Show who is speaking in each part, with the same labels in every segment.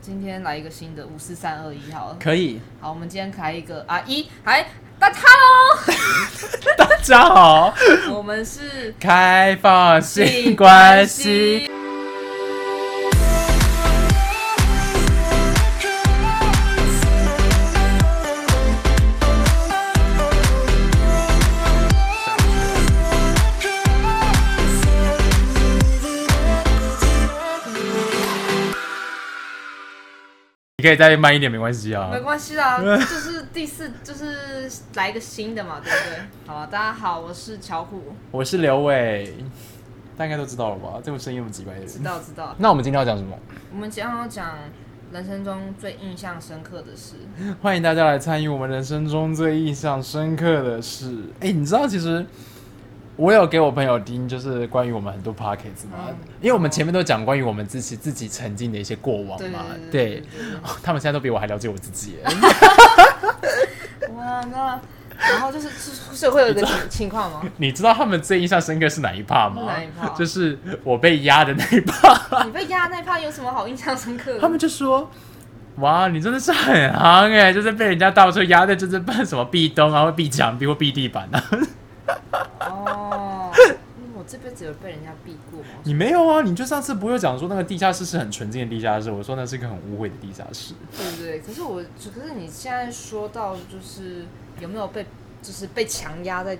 Speaker 1: 今天来一个新的五四三二一好了。
Speaker 2: 可以。
Speaker 1: 好，我们今天开一个啊一，还大家喽，
Speaker 2: 大家好，
Speaker 1: 我们是
Speaker 2: 开放性关系。。你可以再慢一点，没关系啊
Speaker 1: 没。关系啦，就是第四，就是来一个新的嘛，对不对？好啊，大家好，我是巧虎，
Speaker 2: 我是刘伟，大家应该都知道了吧？这种声音那么奇怪的
Speaker 1: 知
Speaker 2: 人。
Speaker 1: 道知道。
Speaker 2: 那我们今天要讲什么？
Speaker 1: 我们今天要讲人生中最印象深刻的事，
Speaker 2: 欢迎大家来参与我们人生中最印象深刻的事。哎、你知道其实我有给我朋友听，就是关于我们很多 p o c k e t s 嘛、
Speaker 1: 嗯
Speaker 2: 因为我们前面都讲关于我们自己自己曾经的一些过往
Speaker 1: 对
Speaker 2: 嘛，
Speaker 1: 对
Speaker 2: 哦 他们现在都比我还了解我自己耶。
Speaker 1: 对。哇，那然后就是是是会有一个情情况吗？
Speaker 2: 你知道他们最印象深刻是哪一趴吗？
Speaker 1: 是哪一趴
Speaker 2: 就是我被压的那 一趴。
Speaker 1: 你被压那一趴有什么好印象深刻的？
Speaker 2: 他们就说：“哇，你真的是很夯哎，就是被人家到处压的，就是办什么壁咚啊，或壁墙壁或壁地板啊。
Speaker 1: 哦，因为我这辈子有被人家逼过吗？
Speaker 2: 你没有啊？你就上次不是有讲说那个地下室是很纯净的地下室？我说那是一个很污秽的地下室。
Speaker 1: 对不对？可是我，可是你现在说到就是有没有被，就是被强压在，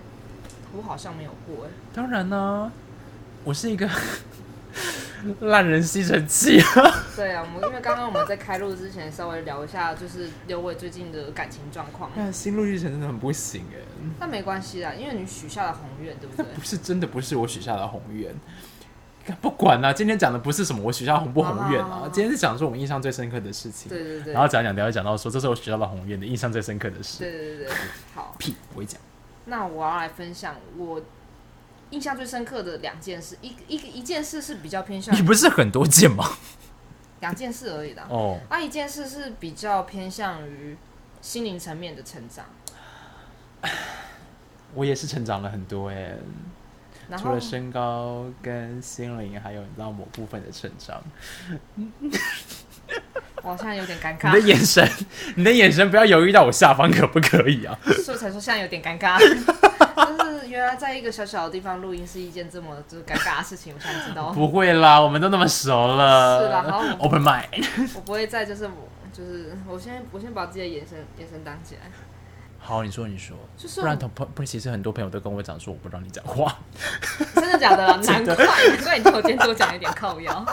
Speaker 1: 我好像没有过哎、
Speaker 2: 当然呢、我是一个 烂人吸尘 器啊。
Speaker 1: 对啊，我们因为刚刚我们在开录之前稍微聊一下，就是刘伟最近的感情状况，
Speaker 2: 但心路历程真的很不行哎、
Speaker 1: 但没关系啦，因为你许下了宏愿， 对不对？
Speaker 2: 不是真的不是我许下的宏愿。不管啦、今天讲的不是什么我许下宏不宏愿
Speaker 1: 好好
Speaker 2: 啊
Speaker 1: 好，
Speaker 2: 今天是讲说我们印象最深刻的事情。
Speaker 1: 对对对，
Speaker 2: 然后讲一讲聊一讲到说这是我许下的宏愿的印象最深刻的事。
Speaker 1: 对对对对，好，
Speaker 2: 屁，不会讲。
Speaker 1: 那我要来分享我印象最深刻的两件事，一一个一件事是比较偏向
Speaker 2: 你不是很多件吗？
Speaker 1: 两件事而已的啊，
Speaker 2: 哦，
Speaker 1: 啊，一件事是比较偏向于心灵层面的成长，
Speaker 2: 我也是成长了很多哎、
Speaker 1: 然
Speaker 2: 除
Speaker 1: 后
Speaker 2: 了身高跟心灵，还有你知道某部分的成长。
Speaker 1: 我好像有点尴
Speaker 2: 你的
Speaker 1: 尬，
Speaker 2: 眼神，你的眼神不要犹豫到我下方可不可以啊？
Speaker 1: 所以才说现在有点尴 尬。就是原来在一个小小的地方录音是一件这么就是尴尬的事情，我现在知道，
Speaker 2: 不会啦，我们都那么熟了。
Speaker 1: 哦是啦好我
Speaker 2: Open mind。
Speaker 1: 我不会再就是我就是我先我先把自己的眼神眼神挡起来，
Speaker 2: 好，你说你说，
Speaker 1: 就是
Speaker 2: 不然同不然，其实很多朋友都跟我讲说我不让你讲话。
Speaker 1: 真的假的？难怪，难怪你头今天多讲一点靠腰。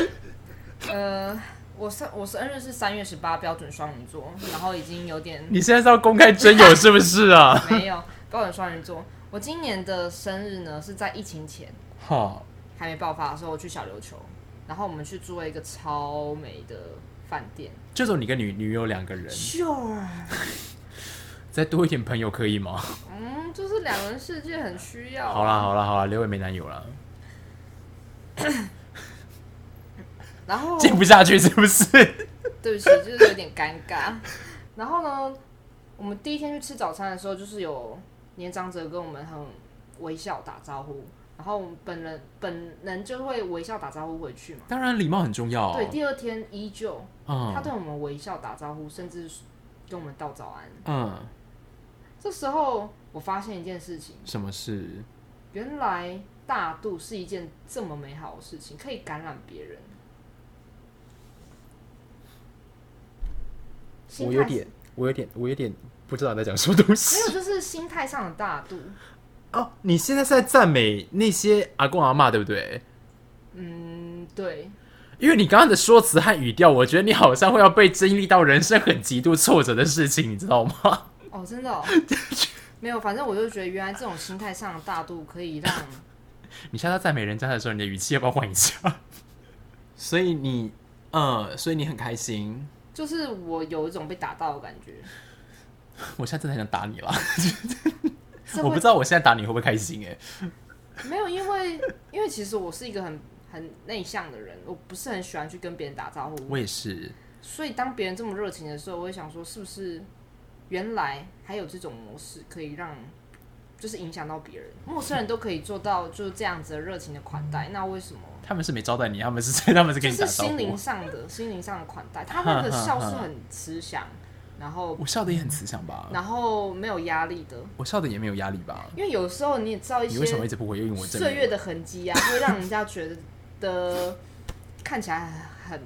Speaker 1: 呃，我生我生日是三月十八，标准双鱼座，然后已经有点
Speaker 2: 你现在是要公开真友是不是啊？
Speaker 1: 没有标准双鱼座。我今年的生日呢是在疫情前
Speaker 2: 好，
Speaker 1: 还没爆发的时候，我去小琉球，然后我们去住了一个超美的饭店。
Speaker 2: 这种你跟女女友两个人，
Speaker 1: Sure，
Speaker 2: 再多一点朋友可以吗？
Speaker 1: 嗯，就是两人世界很需要。啊
Speaker 2: 好啦好啦好啦，刘伟没男友了，
Speaker 1: 然后
Speaker 2: 接不下去是 不是？
Speaker 1: 对不起，就是有点尴尬。 然后呢，我们第一天去吃早餐的时候，就是有年长者跟我们很微笑打招呼，然后我们本人本人就会微笑打招呼回去嘛。
Speaker 2: 当然礼貌很重要、
Speaker 1: 对，第二天依旧，他
Speaker 2: 嗯
Speaker 1: 对我们微笑打招呼，甚至跟我们道早安。
Speaker 2: 嗯，
Speaker 1: 这时候我发现一件事情，
Speaker 2: 什么事？
Speaker 1: 原来大度是一件这么美好的事情，可以感染别人。心
Speaker 2: 我
Speaker 1: 态
Speaker 2: 有
Speaker 1: 是
Speaker 2: 点，我有点，我有点不知道在讲什么东
Speaker 1: 没有，
Speaker 2: 西。
Speaker 1: 就是心态上的大度。
Speaker 2: 哦，你现在是在赞美那些阿公阿妈，对不对？
Speaker 1: 嗯，对，
Speaker 2: 因为你刚刚的说辞和语调，我觉得你好像会要被经历到人生很极度挫折的事情，你知道吗？
Speaker 1: 哦，真的、哦，没有，反正我就觉得原来这种心态上的大度可以让，
Speaker 2: 你现在赞美人家的时候，你的语气要不要换一下？所以你，嗯，所以你很开心。
Speaker 1: 就是我有一种被打到的感觉。
Speaker 2: 我现在真的很想打你了，
Speaker 1: 这
Speaker 2: 我
Speaker 1: 会
Speaker 2: 不知道我现在打你会不会开心哎、
Speaker 1: 没有，因为因为其实我是一个很很内向的人，我不是很喜欢去跟别人打招呼，
Speaker 2: 我也是，
Speaker 1: 所以当别人这么热情的时候，我会想说，是不是原来还有这种模式可以让就是影响到别人，陌生人都可以做到就是这样子的热情的款
Speaker 2: 嗯
Speaker 1: 待，那为什么？
Speaker 2: 他们是没招待你，他们是 他们是
Speaker 1: 就
Speaker 2: 跟你打
Speaker 1: 是
Speaker 2: 招
Speaker 1: 心灵
Speaker 2: 呼。
Speaker 1: 上的心灵上的款 待，他那个笑是很慈祥，然后
Speaker 2: 我笑的也很慈祥吧，
Speaker 1: 然后没有压力的，
Speaker 2: 我笑的也没有压力吧？
Speaker 1: 因为有时候你也知道一
Speaker 2: 你为什么一
Speaker 1: 些
Speaker 2: 直不回应我正
Speaker 1: 岁
Speaker 2: 面？
Speaker 1: 月的痕迹啊，会让人家觉得的看起来 很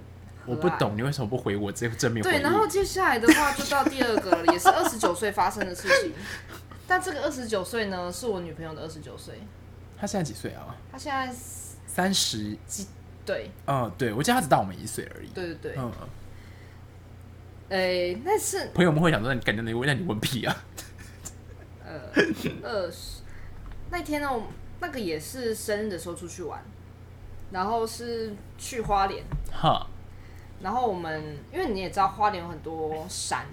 Speaker 2: 我不。懂你为什么不回我这正面回
Speaker 1: 啊对，
Speaker 2: 应？
Speaker 1: 然后接下来的话就到第二个了，也是二十九岁发生的事情。但这个二十九岁呢，是我女朋友的二十九岁，
Speaker 2: 他现在几岁啊？
Speaker 1: 她现在
Speaker 2: 三十？
Speaker 1: 对
Speaker 2: 嗯，对，我记得他只大我们一岁而已。
Speaker 1: 对对对，
Speaker 2: 嗯，
Speaker 1: 诶、那是
Speaker 2: 朋友们会想说，那你感觉你问，那你问 屁啊？
Speaker 1: 呃二十那天呢，我那个也是生日的时候出去玩，然后是去花莲，
Speaker 2: 哈，
Speaker 1: 然后我们因为你也知道花莲有很多 山，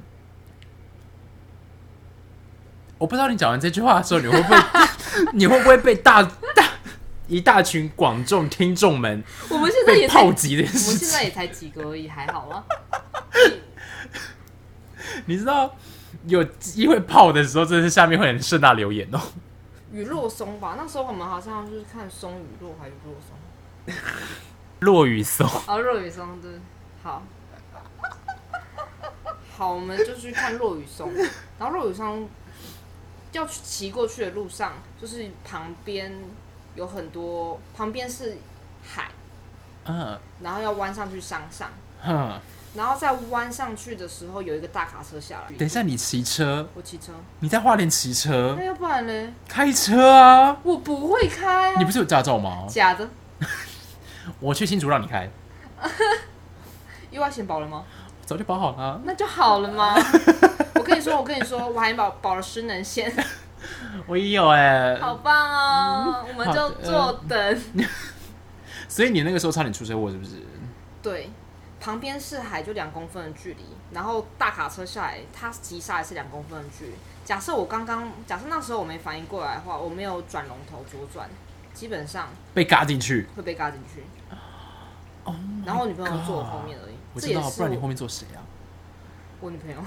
Speaker 2: 我不知道你讲完这句话的时候，你会不 会，你会不会被大大一大群广众听众 们
Speaker 1: 我们现在
Speaker 2: 被
Speaker 1: 也才，我
Speaker 2: 炮
Speaker 1: 们
Speaker 2: 击这件事
Speaker 1: 现
Speaker 2: 情？
Speaker 1: 在也才几个而已，还好啊。
Speaker 2: 你知道有机会泡的时候，真的是下面会很盛大留言哦。
Speaker 1: 雨落松吧，那时候我们好像就是看松雨落还是雨落松，
Speaker 2: 落雨松，
Speaker 1: 啊，落雨松对，好， 好，我们就去看落雨松，然后落雨松要去骑过去的路上，就是旁边有很多，旁边是海，
Speaker 2: 嗯
Speaker 1: 然后要弯上去山上，
Speaker 2: 哼，
Speaker 1: 然后在弯上去的时候有一个大卡车下来，
Speaker 2: 等一下你骑车，
Speaker 1: 我骑车，
Speaker 2: 你在花莲骑车
Speaker 1: 那，要不然嘞，
Speaker 2: 开车啊？
Speaker 1: 我不会开、
Speaker 2: 你
Speaker 1: 啊，
Speaker 2: 不是有驾照吗？
Speaker 1: 假的，
Speaker 2: 我去新竹让你开，
Speaker 1: 意外险保了吗？
Speaker 2: 早就保好了啊。
Speaker 1: 那就好了 吗？我跟你说，我跟你说，我还保保了失能 险，
Speaker 2: 我也有哎、
Speaker 1: 好棒哦！我们
Speaker 2: 嗯好
Speaker 1: 就
Speaker 2: 的嗯
Speaker 1: 坐等。
Speaker 2: 所以你那个时候差点出车祸是不是？
Speaker 1: 对，旁边是海，就两公分的距离，然后大卡车下来，它急刹也是两公分的距离。假设我刚刚，假设那时候我没反应过来的话，我没有转龙头左转，基本上
Speaker 2: 被嘎进去。
Speaker 1: 会被嘎进去。
Speaker 2: Oh
Speaker 1: 然后我女朋友坐我后面而已，
Speaker 2: 我
Speaker 1: 这
Speaker 2: 知
Speaker 1: 也
Speaker 2: 道，
Speaker 1: 是哦
Speaker 2: 不然你后
Speaker 1: 我
Speaker 2: 面坐谁啊？
Speaker 1: 我女 朋友。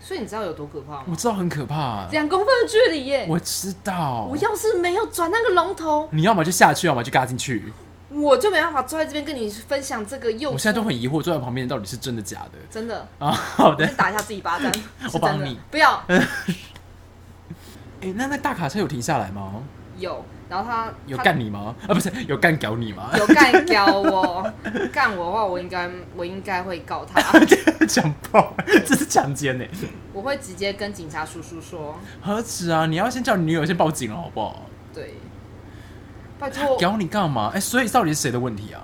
Speaker 1: 所以你知道有多可怕
Speaker 2: 我
Speaker 1: 吗？
Speaker 2: 知道很可怕、啊
Speaker 1: 两公分的距离耶！
Speaker 2: 我知道。
Speaker 1: 我要是没有转那个龙头，
Speaker 2: 你要么就下去，要么就嘎进去。
Speaker 1: 我就没办法坐在这边跟你分享这个又
Speaker 2: 我现在都很疑惑，坐在旁边到底是真的假的
Speaker 1: 真的，
Speaker 2: 啊？好
Speaker 1: 我
Speaker 2: 的。
Speaker 1: 先打一下自己巴 掌，是真
Speaker 2: 帮
Speaker 1: 的
Speaker 2: 你，
Speaker 1: 不要
Speaker 2: 哎、那那大卡车有停下来吗？
Speaker 1: 有，然后他
Speaker 2: 有
Speaker 1: 他
Speaker 2: 干你吗？啊，不是，有干屌你吗？
Speaker 1: 有干掉我，干我的话，我应该我应该会告 他，
Speaker 2: 强暴，这是强奸呢、
Speaker 1: 我会直接跟警察叔叔说，
Speaker 2: 何止啊！你要先叫你女友先报警了，好不好？
Speaker 1: 对，拜托，
Speaker 2: 屌你干嘛？哎、所以到底是谁的问题啊？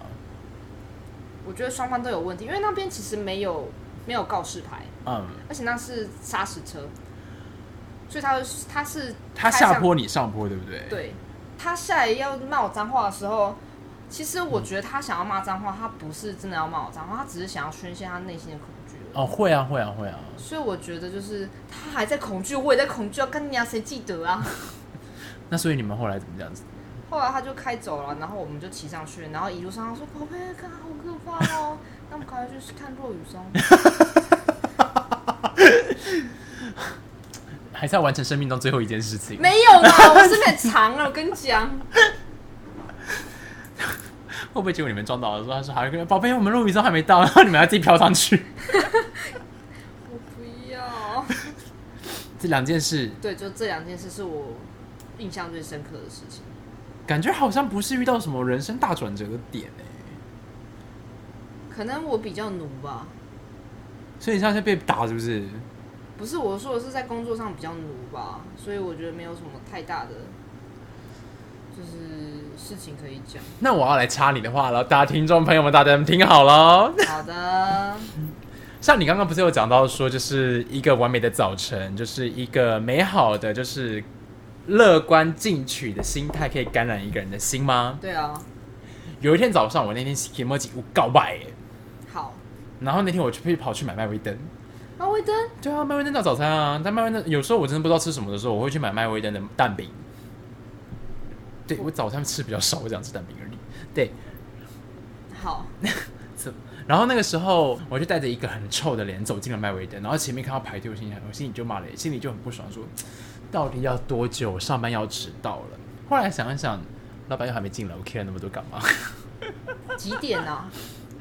Speaker 1: 我觉得双方都有问题，因为那边其实没有没有告示牌，
Speaker 2: 嗯，
Speaker 1: 而且那是砂石车，所以他他是
Speaker 2: 他
Speaker 1: 开上
Speaker 2: 下坡你上坡，对不对？。
Speaker 1: 对他下来要骂我脏话的时候，其实我觉得他想要骂脏话，他不是真的要骂我脏话，他只是想要宣泄他内心的恐惧而已。
Speaker 2: 哦，会啊，会啊，会啊。
Speaker 1: 所以我觉得就是他还在恐惧，我也在恐惧，要啊跟你俩谁记得啊？
Speaker 2: 那所以你们后来怎么这样子？
Speaker 1: 后来他就开走了，然后我们就骑上去，然后一路上他说：“宝贝，看好可怕哦，那我们赶快去看落雨松。
Speaker 2: 还是要完成生命中最后一件事”情？
Speaker 1: 没有啦，我是很长啊了，我跟你讲，
Speaker 2: 会不会结果你们撞到了？说他说好，宝贝，我们陆雨松还没到，然后你们要自己飘上去。
Speaker 1: 我不要。
Speaker 2: 这两件事
Speaker 1: 对，就这两件事是我印象最深刻的事情。
Speaker 2: 感觉好像不是遇到什么人生大转折的点哎、
Speaker 1: 可能我比较奴吧，
Speaker 2: 所以你上次被打是不是？
Speaker 1: 不是我说的是在工作上比较奴吧，所以我觉得没有什么太大的就是事情可以讲。
Speaker 2: 那我要来插你的话了，大家听众朋友们，大家听好了。
Speaker 1: 好的，
Speaker 2: 像你刚刚不是有讲到说，就是一个完美的早晨，就是一个美好的，就是乐观进取的心态，可以感染一个人的心吗？
Speaker 1: 对啊，有
Speaker 2: 有一天早上，我那天 e m o j 告白耶，
Speaker 1: 好，
Speaker 2: 然后那天我就去跑去买麦威登。
Speaker 1: 那威登
Speaker 2: 对啊，麦威登早餐啊，但麦威登有时候我真的不知道吃什么的时候，我会去买麦威登的蛋饼。对我早餐吃比较少，我想吃蛋饼而已。对，
Speaker 1: 好，
Speaker 2: 怎么？然后那个时候，我就带着一个很臭的脸走进了麦威登，然后前面看到排队，我心想，我心里就骂了，心里就很不爽，说到底要多久？我上班要迟到了。后来想一想，老板又还没进来，我 care 那么多干嘛？
Speaker 1: 几点啊？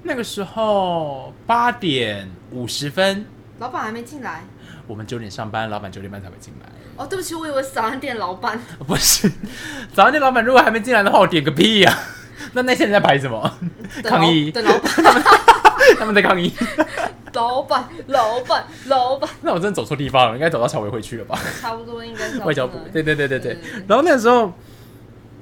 Speaker 2: 那个时候八点五十分，
Speaker 1: 老板还没进来。
Speaker 2: 我们九点上班，老板九点半才会进来。
Speaker 1: 哦，对不起，我以为是早餐店老板。
Speaker 2: 不是，早餐店老板如果还没进来的话，我点个屁呀、 那那些人在排什 么？
Speaker 1: 等
Speaker 2: 抗
Speaker 1: 老
Speaker 2: 议
Speaker 1: 等老板，
Speaker 2: 他们在抗议。
Speaker 1: 老板，老板，老板，
Speaker 2: 那我真的走错地方了，应该走到小维会去了吧？
Speaker 1: 差不多应该是
Speaker 2: 外交部。对对对对对
Speaker 1: 对对对。
Speaker 2: 然后那个时候，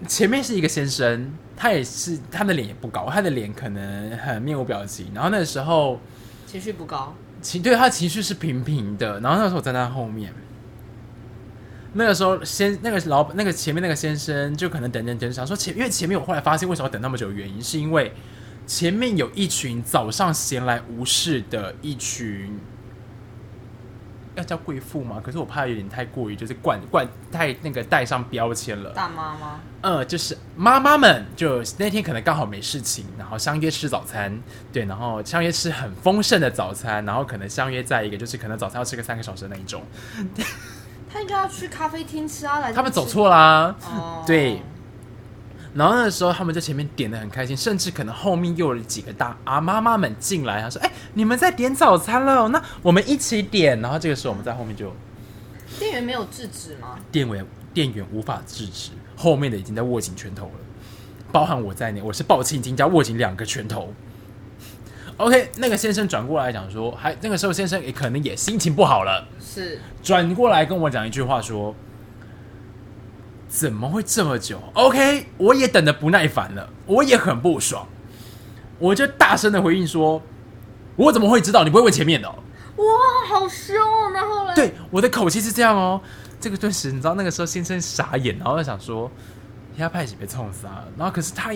Speaker 2: 前面是一个先生，他也是他的脸也不高，他的脸可能很面无表情。然后那个时候
Speaker 1: 情绪不高，
Speaker 2: 情对他的情绪是平平的，然后那时候我站在他后面。那个时候先那个老那个前面那个先生就可能等等等，想说前因为前面我后来发现为什么要等那么久，原因是因为前面有一群早上闲来无事的一群，要叫贵妇吗？可是我怕有点太过于就是冠冠太那个带上标签了，
Speaker 1: 大妈吗？
Speaker 2: 呃，就是妈妈们，就那天可能刚好没事情，然后相约吃早餐，对，然后相约吃很丰盛的早餐，然后可能相约在一个就是可能早餐要吃个三个小时的那一种，
Speaker 1: 他应该要去咖啡厅吃啊，来这边
Speaker 2: 他们走
Speaker 1: 吃
Speaker 2: 错啦。
Speaker 1: 哦，
Speaker 2: 对然后那时候他们在前面点的很开心，甚至可能后面又有几个大啊妈妈们进来，他说：“哎、你们在点早餐了，那我们一起点。”然后这个时候我们在后面就
Speaker 1: 店员没有制止吗？
Speaker 2: 店员店员无法制止，后面的已经在握紧拳头了，包含我在内，我是抱青筋加握紧两个拳头。OK，那个先生转过来讲说，还那个时候先生也可能也心情不好了，
Speaker 1: 是
Speaker 2: 转过来跟我讲一句话说：“怎么会这么久？”OK，我也等的不耐烦了，我也很不爽，我就大声的回应说：“我怎么会知道？你不会问前面的、哦。”
Speaker 1: 哇，好凶哦！然后嘞，
Speaker 2: 对，我的口气是这样哦。这个顿时，你知道那个时候先生傻眼，然后就想说，哎他派几被冲死啊。然后可是他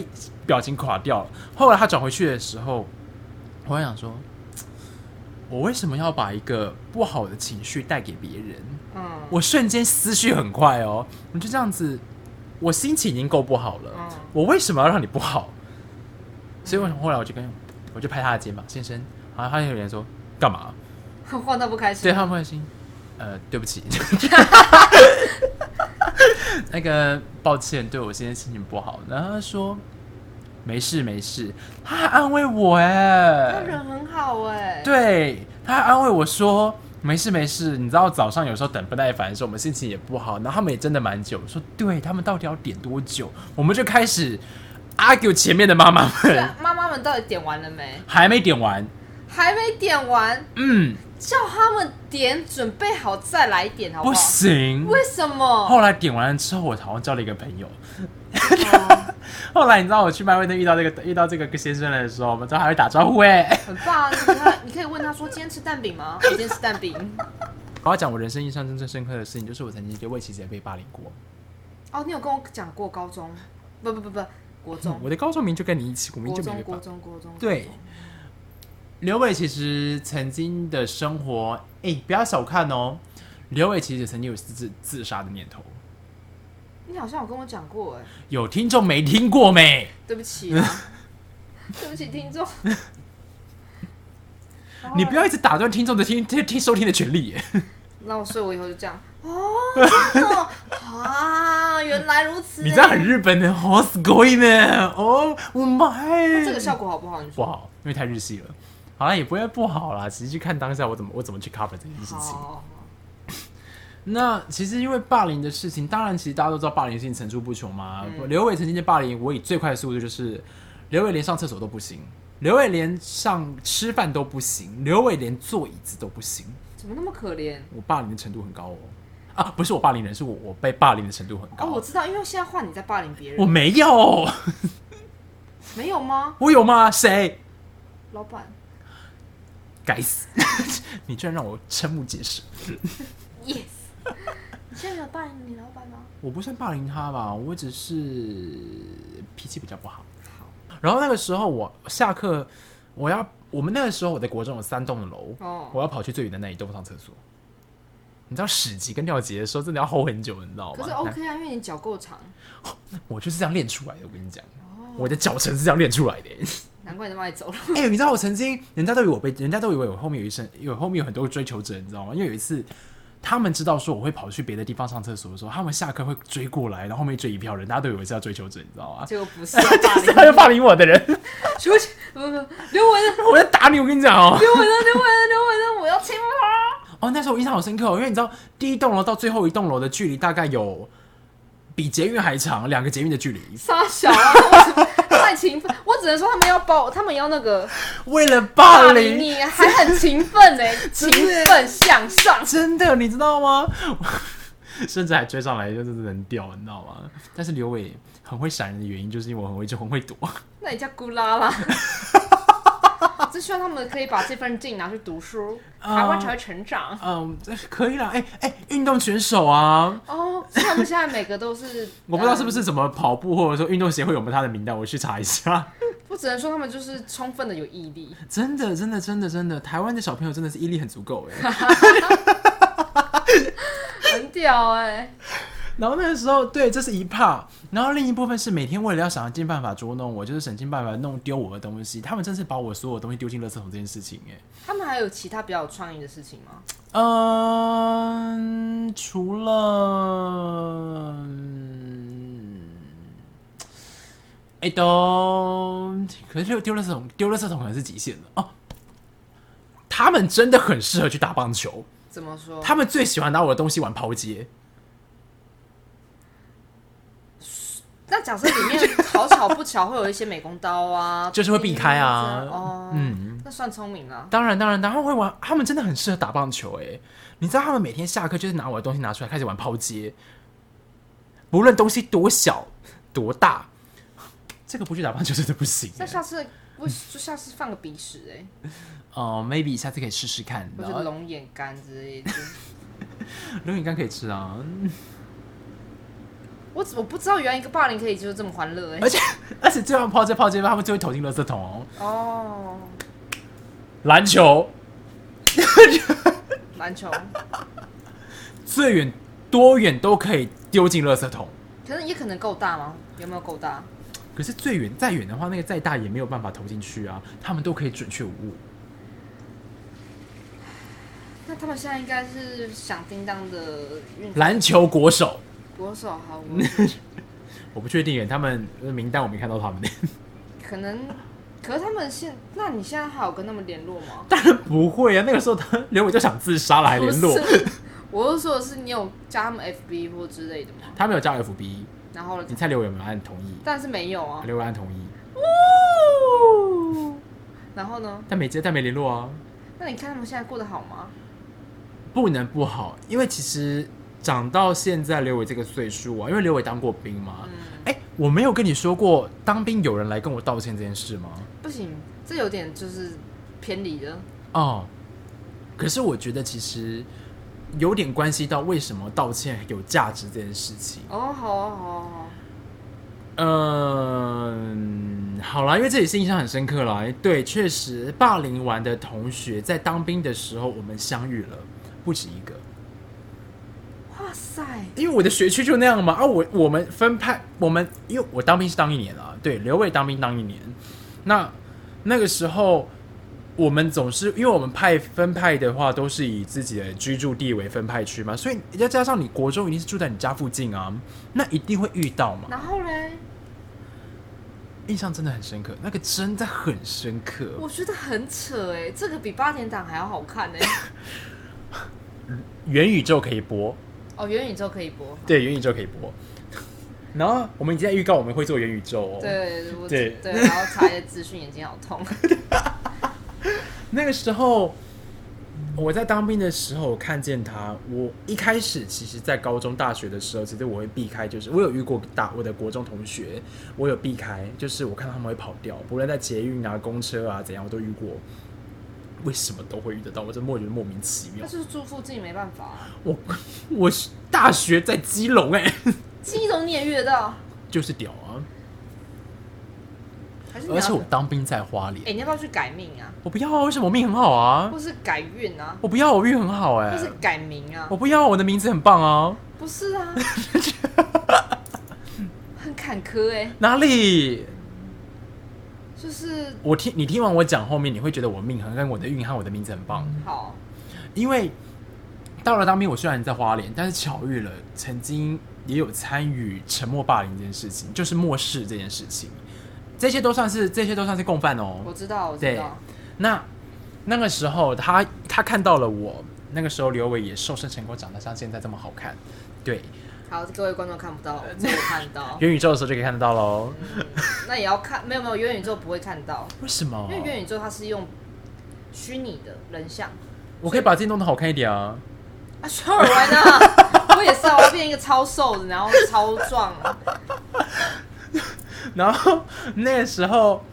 Speaker 2: 表情垮掉了。后来他转回去的时候，我还想说，我为什么要把一个不好的情绪带给别人？
Speaker 1: 嗯，
Speaker 2: 我瞬间思绪很快哦，我就这样子，我心情已经够不好了，
Speaker 1: 嗯
Speaker 2: 我为什么要让你不好？所以我后来我就跟我就拍他的肩膀，先生，然后他就有人说干嘛？
Speaker 1: 换到不开心，
Speaker 2: 对，他们会心，呃，对不起， 那个抱歉，对我今天心情不好。然后他说没事没事，他还安慰我
Speaker 1: 他
Speaker 2: 哎，
Speaker 1: 人很好哎，，
Speaker 2: 对，他还安慰我说没事没事。你知道早上有时候等不耐烦的时候，我们心情也不好，然后他们也真的蛮久。我说对他们到底要点多久？我们就开始 argue 前面的妈妈们
Speaker 1: 妈妈们到底点完了没？
Speaker 2: 还没点完，
Speaker 1: 还没点完，
Speaker 2: 嗯，
Speaker 1: 叫他们点，准备好再来点，好
Speaker 2: 不
Speaker 1: 好？
Speaker 2: 行。
Speaker 1: 为什么？
Speaker 2: 后来点完了之后，我好像交了一个朋友。
Speaker 1: 哦
Speaker 2: 后来你知道我去麦威登遇到这个遇到这个先生的时候，我们都还会打招呼哎、
Speaker 1: 很棒啊！你可以 他你可以问他说：“今天吃蛋饼吗？”我今天吃蛋饼。
Speaker 2: 我要讲我人生印象中最深刻的事情，就是我曾经就为琪姐被霸凌过。
Speaker 1: 哦，你有跟我讲过高中？不不不不，国中，
Speaker 2: 我的高中名就跟你一嗯起，我名
Speaker 1: 国
Speaker 2: 就没
Speaker 1: 中，
Speaker 2: 被霸
Speaker 1: 国。中，国中。
Speaker 2: 对
Speaker 1: 国中
Speaker 2: 刘伟其实曾经的生活，哎、不要小看哦。刘伟其实曾经有自自杀的念头，
Speaker 1: 你好像有跟我讲过哎，
Speaker 2: 有听众没听过没？
Speaker 1: 对不起 啊，对不起听众。然后
Speaker 2: 你不要一直打断听众的听听听收听的权利耶。
Speaker 1: 那我睡，我以后就这样。哦， 啊，原来如此。
Speaker 2: 你这样很日本的，好すごい呢！哦，我妈耶！
Speaker 1: 这个效果好不好？你
Speaker 2: 不
Speaker 1: 说。
Speaker 2: 好，因为太日系了。好啦，也不会不好啦，只是去看当下我怎么我怎么去 cover 这件事情。
Speaker 1: 好，
Speaker 2: 那其实因为霸凌的事情，当然其实大家都知道霸凌的事情层出不穷嘛。
Speaker 1: 嗯
Speaker 2: 刘伟曾经的霸凌，我以最快的速度就是，刘伟连上厕所都不行，刘伟连上吃饭都不行，刘伟连坐椅子都不行。
Speaker 1: 怎么那么可怜？
Speaker 2: 我霸凌的程度很高哦。啊，不是我霸凌人，是我我被霸凌的程度很高。
Speaker 1: 哦，我知道，因为现在换你在霸凌别
Speaker 2: 我
Speaker 1: 人，
Speaker 2: 没有，
Speaker 1: 没有吗？
Speaker 2: 我有吗？谁？
Speaker 1: 老板，
Speaker 2: 该死！ 你居然让我瞠目结舌。
Speaker 1: yes，你现在有霸凌你老板吗？
Speaker 2: 我不算霸凌他吧，我只是脾气比较不好。然后那个时候我下课，我要我们那个时候我在国中有三栋楼，
Speaker 1: 哦
Speaker 2: 我要跑去最远的那一栋上厕所。你知道屎急跟尿急的时候真的要吼很久，你知道
Speaker 1: 可
Speaker 2: 吗？
Speaker 1: 是 OK 啊，因为你脚够长。哦
Speaker 2: 我就是这样练出来的，我跟你讲，我的脚程是这样练出来的。
Speaker 1: 难怪你那么爱走路。
Speaker 2: 哎、你知道我曾经，人家都以为我被，人家都以为我后面有一身，有后面有很多追求者，你知道吗？因为有一次，他们知道说我会跑去别的地方上厕所的时候，他们下课会追过来，然后后面追一票人，大家都以为是要追求者，你知道吗？
Speaker 1: 结果不是，霸
Speaker 2: 是
Speaker 1: 凌
Speaker 2: 他就霸凌我的人，
Speaker 1: 出去，不不，不刘文啊，
Speaker 2: 我在打你，我跟你讲哦、
Speaker 1: 刘文啊，刘文啊，刘文啊，我要欺负他。
Speaker 2: 哦，那时候我印象好深刻、哦，因为你知道，第一栋楼到最后一栋楼的距离大概有比捷运还长，两个捷运的距离。
Speaker 1: 傻小啊，为什么 太勤奋？我只能说他们要包，他们要那个
Speaker 2: 为了霸凌，
Speaker 1: 你，还很勤奋呢、欸 勤
Speaker 2: 真的
Speaker 1: 奋向上。
Speaker 2: 真的，你知道吗？ 甚至还追上来就是能掉，你知道吗？但是刘伟很会闪人的原因，就是因为我很会就很会躲。
Speaker 1: 那你叫咕啦 啦。只希望他们可以把这份劲拿去读书，
Speaker 2: 啊
Speaker 1: 台湾才会成长。
Speaker 2: 嗯，这可以啦。哎、哎，运、动选手啊，
Speaker 1: 哦，所以他们现在每个都是，呃
Speaker 2: 我不知道是不是怎么跑步或者说运动协会有没有他的名单，我去查一下。
Speaker 1: 嗯，我只能说他们就是充分的有毅力。
Speaker 2: 真的，真的，真的，真的，台湾的小朋友真的是毅力很足够哎、
Speaker 1: 很屌哎、
Speaker 2: 然后那个时候，对，这是一 part。然后另一部分是每天为了要想尽办法捉弄我，就是想尽办法弄丢我的东西。他们真是把我所有东西丢进垃圾桶这件事情哎、
Speaker 1: 他们还有其他比较有创意的事情吗？
Speaker 2: 嗯，除了，嗯哎、都，可是丢丢垃圾桶，丢垃圾桶可能是极限的哦。他们真的很适合去打棒球，
Speaker 1: 怎么说？
Speaker 2: 他们最喜欢拿我的东西玩抛接。
Speaker 1: 那假设里面好巧不巧会有一些美工刀啊，
Speaker 2: 就是会避开
Speaker 1: 钉
Speaker 2: 啊
Speaker 1: 子哦，
Speaker 2: 嗯
Speaker 1: 嗯，那算聪明了。
Speaker 2: 当然，当然，当然会玩，他们真的很适合打棒球。哎，你知道他们每天下课就是拿我的东西拿出来开始玩抛接，不论东西多小多大，这个不去打棒球真的不行欸。
Speaker 1: 那下次不就下次放个鼻屎哎、
Speaker 2: 哦、m a y b e 下次可以试试看。
Speaker 1: 或
Speaker 2: 然
Speaker 1: 者
Speaker 2: 后
Speaker 1: 龙眼干之类的。
Speaker 2: 龙眼干可以吃啊，
Speaker 1: 我只我不知道原来一个霸凌可以就是这么欢乐哎、
Speaker 2: 而且 而且这样抛接抛接，他们就会投进垃圾桶哦。
Speaker 1: 哦，
Speaker 2: 篮球
Speaker 1: 篮球，
Speaker 2: 最远多远都可以丢进垃圾桶，
Speaker 1: 可能也可能够大吗？有没有够大？
Speaker 2: 可是最远再远的话，那个再大也没有办法投进去啊。他们都可以准确无误。
Speaker 1: 那他们现在应该是响叮当的运
Speaker 2: 篮球国手，
Speaker 1: 国手好，国手
Speaker 2: 我不确定耶，他们呃名单我没看到他们。
Speaker 1: 可能，可是他们现，那你现在还有跟他们联络吗？
Speaker 2: 当然不会啊，那个时候他刘伟就想自杀了，还联络
Speaker 1: 不。是，我是说的是你有加他们 FB 或之类的吗？
Speaker 2: 他没有加 FB，
Speaker 1: 然后，
Speaker 2: 你猜刘伟有没有按同意？
Speaker 1: 但是没有啊。
Speaker 2: 刘伟按同意，
Speaker 1: 然后呢？
Speaker 2: 但没接，但没联络啊。
Speaker 1: 那你看他们现在过得好吗？
Speaker 2: 不能不好，因为其实长到现在刘伟这个岁数啊，因为刘伟当过兵嘛。
Speaker 1: 嗯，
Speaker 2: 哎、我没有跟你说过当兵有人来跟我道歉这件事吗？
Speaker 1: 不行，这有点就是偏离了。
Speaker 2: 哦，可是我觉得其实有点关系到为什么道歉有价值这件事情。
Speaker 1: 哦，好啊，好啊，好啊。
Speaker 2: 嗯，好啦，因为这也是印象很深刻啦。对，确实，霸凌完的同学在当兵的时候，我们相遇了不止一个。
Speaker 1: 哇塞，
Speaker 2: 因为我的学区就那样嘛，啊，我我们分派，我们因为我当兵是当一年啊，对，刘伟当兵当一年，那那个时候我们总是因为我们派分派的话都是以自己的居住地为分派区嘛，所以再加上你国中一定是住在你家附近啊，那一定会遇到嘛，
Speaker 1: 然后嘞，
Speaker 2: 印象真的很深刻，那个真的很深刻，
Speaker 1: 我觉得很扯哎、这个比八点档还要好看哎、
Speaker 2: 元宇宙可以播，
Speaker 1: 哦，元宇宙可以播。
Speaker 2: 对，元宇宙可以播，然后我们已经在预告我们会做元宇宙哦，
Speaker 1: 对，我
Speaker 2: 对
Speaker 1: 对，然后查一些资讯，眼睛好 痛。
Speaker 2: 那个时候我在当兵的时候看见他，我一开始其实，在高中、大学的时候，其实我会避开，就是我有遇过大我的国中同学，我有避开，就是我看到他们会跑掉，不论在捷运啊、公车啊怎样，我都遇过。为什么都会遇得到？我真莫觉得莫名其妙
Speaker 1: 那。就是住附近没办法、啊，
Speaker 2: 我 我是大学在基隆哎、
Speaker 1: 基隆你也遇得到，
Speaker 2: 就是屌啊！
Speaker 1: 还是你
Speaker 2: 而且
Speaker 1: 要
Speaker 2: 我？当兵在花
Speaker 1: 哎、
Speaker 2: 莲，
Speaker 1: 你要不要去改命啊？
Speaker 2: 我不要啊！为什么我命很好啊
Speaker 1: 或？是改运啊？
Speaker 2: 我不要，我运很好哎、
Speaker 1: 或是改名啊
Speaker 2: 我？不要，我的名字很棒啊！
Speaker 1: 不是 啊，很坎坷哎、
Speaker 2: 哪里？
Speaker 1: 就是
Speaker 2: 我听你听完我讲后面，你会觉得我命很跟我的运和我的名字很棒，
Speaker 1: 好，
Speaker 2: 因为到了当兵，我虽然在花莲，但是巧遇了曾经也有参与沉默霸凌这件事情，就是漠视这件事情，这些都算是这些都算是共犯哦。
Speaker 1: 我知道，我知道，
Speaker 2: 那那个时候他他看到了我，那个时候刘伟也瘦身成功，长得像现在这么好看，对，
Speaker 1: 好，各位观众看不到，只有我看到，
Speaker 2: 呃 元宇宙的时候就可以看得到喽。
Speaker 1: 嗯那也要看，没有没有，元宇宙不会看到，
Speaker 2: 为什么
Speaker 1: 因？为元宇宙它是用虚拟的人像，
Speaker 2: 我可以把自己弄得好看一点啊。
Speaker 1: 啊，sure why not？我也是啊，我变一个超瘦的，然后超壮，啊
Speaker 2: 然后那个时候，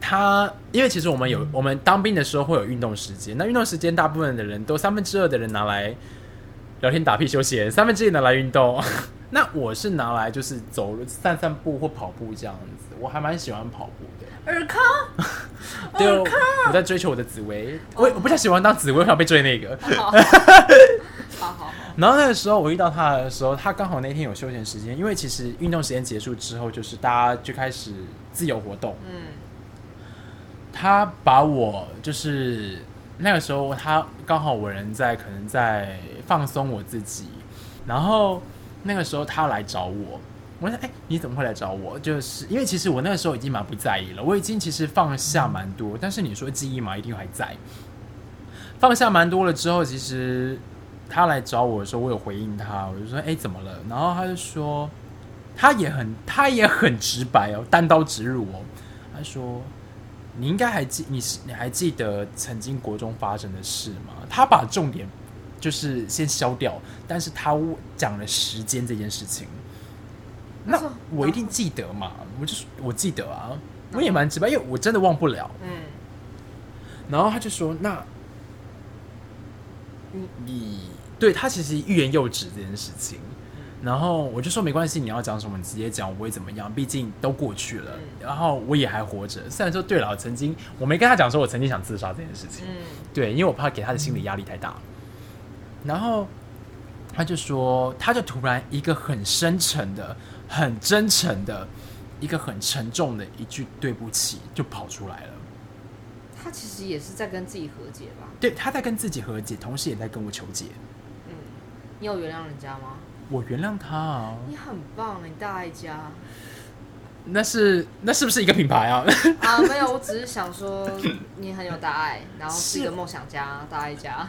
Speaker 2: 他因为其实我们有我们当兵的时候会有运动时间，那运动时间大部分的人都三分之二的人拿来聊天打屁休闲， 三分之一拿来运动。 那我是拿来就是走路散散步或跑步这样子，我还蛮喜欢跑步的。
Speaker 1: 尔 康，
Speaker 2: 对，
Speaker 1: 尔
Speaker 2: 我
Speaker 1: 康，
Speaker 2: 我在追求我的紫薇，我我不太喜欢当紫薇，我想被追那个。
Speaker 1: 好，好好好，
Speaker 2: 然后那个时候我遇到他的时候，他刚好那天有休闲时间，因为其实运动时间结束之后，就是大家就开始自由活动。
Speaker 1: 嗯，
Speaker 2: 他把我就是那个时候他刚好我人在可能在放松我自己，然后那个时候他来找我，我说哎、你怎么会来找我？就是因为其实我那个时候已经蛮不在意了，我已经其实放下蛮多，但是你说记忆嘛一定还在，放下蛮多了之后，其实他来找我的时候，我有回应他，我就说哎、怎么了？然后他就说他也很他也很直白哦，单刀直入哦，他说。你应该还记你是你还记得曾经国中发生的事吗？他把重点就是先消掉，但是他讲了时间这件事情，那
Speaker 1: 那是
Speaker 2: 我一定记得嘛，我就是我记得啊，我也蛮直白，因为我真的忘不了。
Speaker 1: 嗯，
Speaker 2: 然后他就说：“那
Speaker 1: 你
Speaker 2: 你对他其实欲言又止这件事情。”
Speaker 1: 嗯
Speaker 2: 然后我就说：“没关系，你要讲什么，你直接讲，我不会怎么样，毕竟都过去了。
Speaker 1: 嗯
Speaker 2: 然后我也还活着。虽然说，对了，我曾经我没跟他讲说我曾经想自杀这件事情，
Speaker 1: 嗯，
Speaker 2: 对，因为我怕给他的心理压力太大。然后他就说，他就突然一个很深沉的、很真诚的、一个很沉重的一句对不起就跑出来了。”
Speaker 1: 他其实也是在跟自己和解吧，
Speaker 2: 对，他在跟自己和解，同时也在跟我求解。
Speaker 1: 嗯，你有原谅人家吗？
Speaker 2: 我原谅他啊，
Speaker 1: 你很棒，你大爱 家
Speaker 2: 那是那是不是一个品牌啊？
Speaker 1: 啊！没有，我只是想说你很有大爱，然后是一个梦想家、大爱家。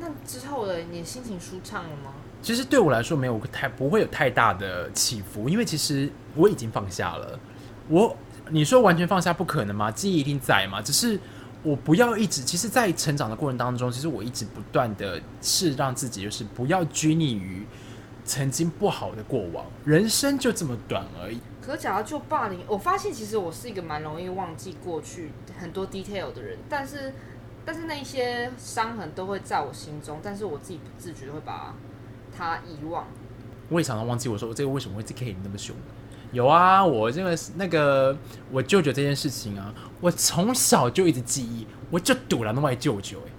Speaker 1: 那之后的你心情舒畅了吗？
Speaker 2: 其实对我来说没有太不会有太大的起伏，因为其实我已经放下了。我你说完全放下不可能吗？记忆一定在嘛，只是我不要一直。其实，在成长的过程当中，其实我一直不断的是让自己就是不要拘泥于曾经不好的过往，人生就这么短而已。
Speaker 1: 可是讲到就霸凌，我发现其实我是一个蛮容易忘记过去很多 detail 的人，但是但是那一些伤痕都会在我心中，但是我自己不自觉会把它遗忘。
Speaker 2: 我也常常忘记我说我这个为什么会 K 你那么凶。有啊，我这个那个我舅舅这件事情啊，我从小就一直记忆，我就堵了那外舅舅、欸，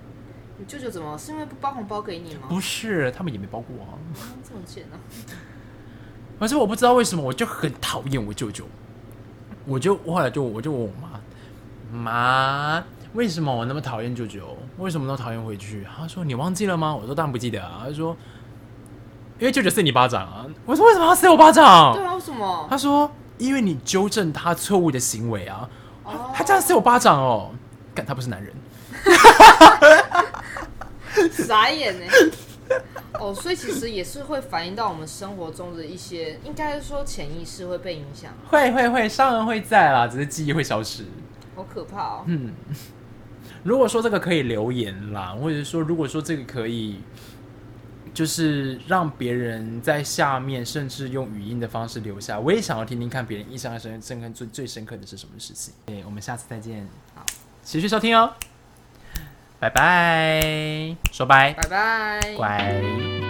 Speaker 1: 你舅舅怎么了是因为不包红包给你吗？
Speaker 2: 不是，他们也没包过啊。
Speaker 1: 啊这么贱啊！
Speaker 2: 可是我不知道为什么，我就很讨厌我舅舅。我就我后来就我就问我妈，妈，为什么我那么讨厌舅舅？为什么那么讨厌回去？她说你忘记了吗？我说当然不记得啊。她说，因为舅舅扇你巴掌啊。我说为什么要扇我巴掌？
Speaker 1: 对啊，为什么？
Speaker 2: 他说：“因为你纠正他错误的行为啊，
Speaker 1: 哦
Speaker 2: 他这样扇我巴掌哦，干他不是男人。
Speaker 1: 傻眼呢。哦，所以其实也是会反映到我们生活中的一些，应该说潜意识会被影响，啊
Speaker 2: 会会会，伤痕会在啦，只是记忆会消失。
Speaker 1: 好可怕哦。
Speaker 2: 嗯，如果说这个可以留言啦，或者说如果说这个可以，就是让别人在下面，甚至用语音的方式留下，我也想要听听看别人印象深深刻最最深刻的是什么事情。对，我们下次再见，
Speaker 1: 好，
Speaker 2: 持续收听哦，拜拜，说拜，
Speaker 1: 拜拜。
Speaker 2: 乖。